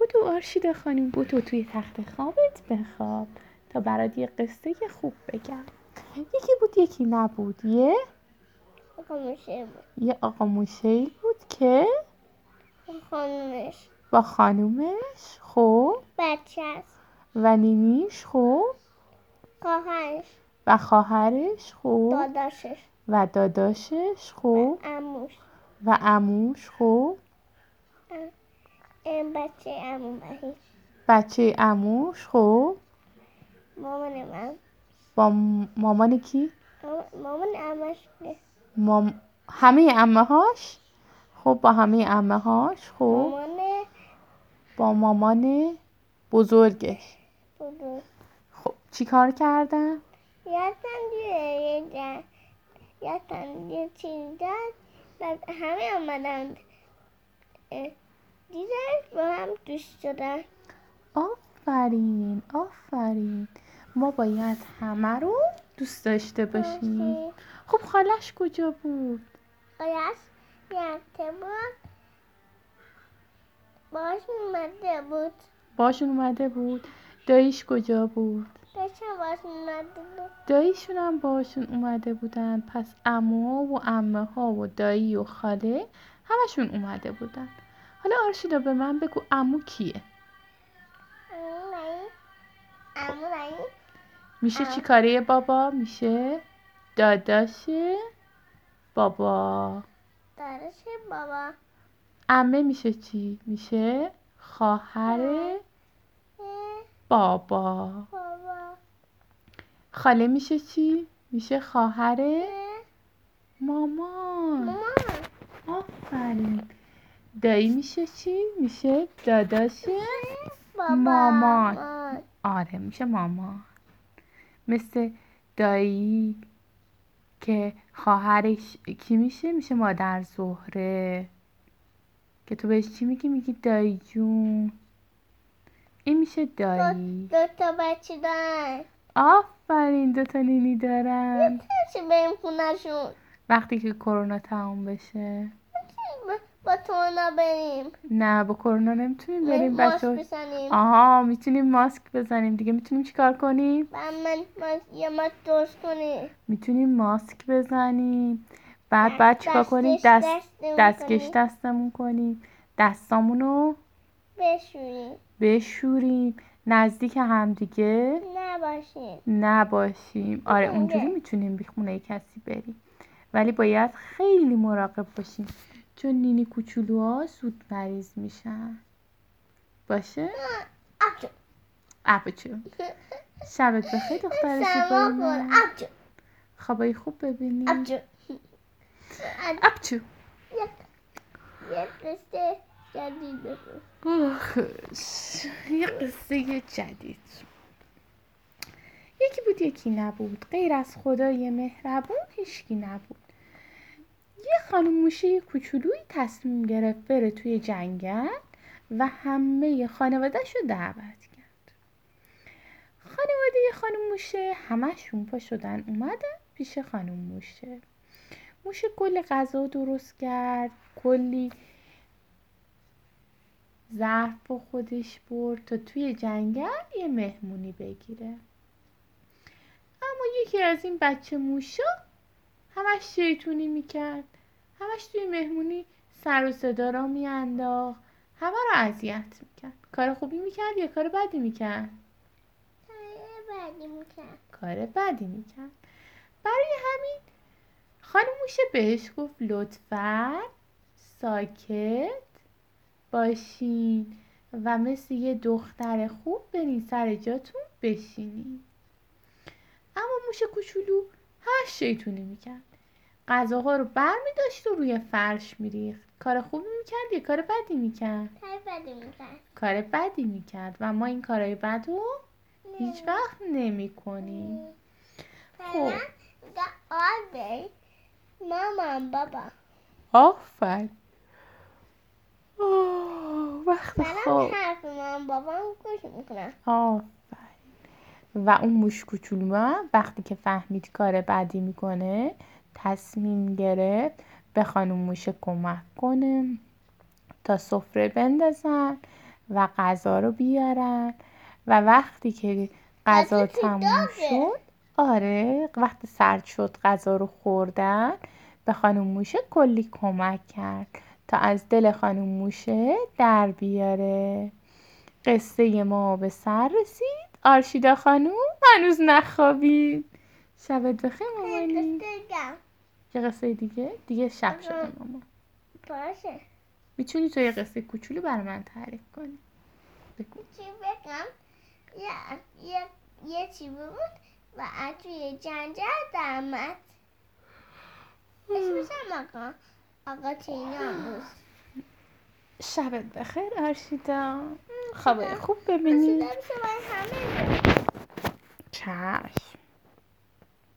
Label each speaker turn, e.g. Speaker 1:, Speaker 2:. Speaker 1: بدو آرشیده خانم بدو توی تخت خوابت بخواب تا برات یه قصه خوب بگم یکی بود یکی نبود یه
Speaker 2: خاموشه بود
Speaker 1: یه آقا موشه‌ای بود که
Speaker 2: اون خانومش
Speaker 1: با خانومش خب
Speaker 2: بچه است
Speaker 1: و نینیش خب
Speaker 2: خواهرش
Speaker 1: و خواهرش خب
Speaker 2: داداشش
Speaker 1: و داداشش خب
Speaker 2: عموش
Speaker 1: و عموش خب
Speaker 2: این بچه عمو بهی
Speaker 1: بچه عموش خب
Speaker 2: مامان من
Speaker 1: با م- مامان کی
Speaker 2: مام- مامان عمش بوده
Speaker 1: مام... همه امه هاش خب با همه امه هاش خب
Speaker 2: مامان
Speaker 1: با مامان بزرگش
Speaker 2: بزرگ
Speaker 1: خب چیکار کردن
Speaker 2: یادم یه جا یادم یه چیز داد بعد همه آمدن اه، دیدن با هم دوست شدن
Speaker 1: آفرین آفرین ما باید همه رو دوست داشته باشیم
Speaker 2: باشه.
Speaker 1: خب خالش کجا بود
Speaker 2: آیش یه هفته بود باش اومده بود
Speaker 1: باشون اومده بود داییش کجا بود
Speaker 2: بچه باش اومده بود
Speaker 1: داییشون هم باشون اومده بودن پس اما و امه ها و دایی و خاله همشون اومده بودن حالا آرشیدا به من بگو امو کیه
Speaker 2: امو رایی امو رایی
Speaker 1: میشه
Speaker 2: ام.
Speaker 1: چیکاره بابا میشه داداشه بابا
Speaker 2: دارش بابا
Speaker 1: امه میشه چی میشه خواهر
Speaker 2: اه،
Speaker 1: بابا
Speaker 2: بابا
Speaker 1: خاله میشه چی میشه خواهر
Speaker 2: اه،
Speaker 1: مامان
Speaker 2: مامان
Speaker 1: آفرین دایی میشه چی؟ میشه داداشه
Speaker 2: بابا
Speaker 1: مامان. آره میشه مامان مثل دایی که خواهرش کی میشه؟ میشه مادر زهره که تو بهش چی میگی؟ میگی دایی جون این میشه دایی
Speaker 2: دو تا بچه دارن
Speaker 1: آفرین دوتا نینی دارن
Speaker 2: چه بریم خونهشون
Speaker 1: وقتی که کرونا تموم بشه
Speaker 2: با- با تو اونا بریم
Speaker 1: نه با کرونا نمیتونیم بریم
Speaker 2: ماش
Speaker 1: بچه
Speaker 2: بزنیم
Speaker 1: آها میتونیم ماسک بزنیم دیگه میتونیم چیکار کنیم
Speaker 2: بعد من ماش- یه ماش درست کنیم
Speaker 1: میتونیم ماسک بزنیم بعد بعد چیکار کنیم دست دستکش دستمون کنیم دستامون رو
Speaker 2: بشوییم
Speaker 1: بشوریم نزدیک همدیگه
Speaker 2: نباشین
Speaker 1: نباشیم آره
Speaker 2: آره.
Speaker 1: اونجوری میتونیم به خونه کسی بریم ولی باید خیلی مراقب باشیم چون نینی کوچولوها زود مریض میشن باشه
Speaker 2: آبجو
Speaker 1: اپچو شبت بخیر دختر
Speaker 2: سما
Speaker 1: زیبای
Speaker 2: خور
Speaker 1: من
Speaker 2: آبجو
Speaker 1: خوابای خوب ببینیم
Speaker 2: آبجو آب-
Speaker 1: اپچو
Speaker 2: یه- یه قصه جدید بگو
Speaker 1: آخش یه قصه جدید یکی بود یکی نبود غیر از خدای مهربون هیچکی نبود یه خانم موشه کوچولویی تصمیم گرفت بره توی جنگل و همه خانوادهش رو دعوت کرد خانواده خانم موشه همشون پا شدن اومدن پیش خانم موشه موشه کلی غذا درست کرد کلی ظرف با خودش برد تا توی جنگل یه مهمونی بگیره اما یکی از این بچه موشا همش شیطونی میکرد همش توی مهمونی سر و صدا را میانداخت همه رو اذیت میکرد کار خوبی میکرد یا کار بدی میکرد
Speaker 2: یه بعدی میکنم
Speaker 1: کار بدی میکرد برای همین خانم موشه بهش گفت لطفا ساکت باشین و مثل یه دختر خوب برین سر جاتون بشینین اما موش کوچولو هر شیطونی میکرد غذاها رو بر میداشت و روی فرش میریخت کار خوبی میکرد یا کار بدی میکرد
Speaker 2: خیلی بعدی میکنم
Speaker 1: کار بدی میکرد و ما این کارهای بد رو هیچ وقت نمی کنیم خب.
Speaker 2: آبی مامان بابا
Speaker 1: Oh, آفر آه، وقت
Speaker 2: منم
Speaker 1: خواب
Speaker 2: حرف مامان بابام گوش میکنم
Speaker 1: آفر و اون موش کوچولو وقتی که فهمید کار بعدی میکنه تصمیم گرفت به خانم موشه کمک کنه تا سفره بندازن و غذا رو بیارن و وقتی که غذا
Speaker 2: غذا تو
Speaker 1: تموم
Speaker 2: داغه.
Speaker 1: شد آره وقتی سرد شد غذا رو خوردن به خانم موشه کلی کمک کرد تا از دل خانم موشه در بیاره قصه ما به سر رسید آرشیدا خانم هنوز نخوابید شبت بخیر مامانی
Speaker 2: بگم
Speaker 1: یه قصه دیگه دیگه شب شده
Speaker 2: آها.
Speaker 1: مامان
Speaker 2: باشه
Speaker 1: میتونی تو یه قصه کوچولو برای من تعریف کنی بگو
Speaker 2: چی بگم یه, یه, یه چی بود و از توی جنجل درمد اسمش هم آقا آقا تینا بود
Speaker 1: شبت بخیر آرشیدا خوابه خوب
Speaker 2: مثل
Speaker 1: ببینی
Speaker 2: من همه بود.
Speaker 1: چشم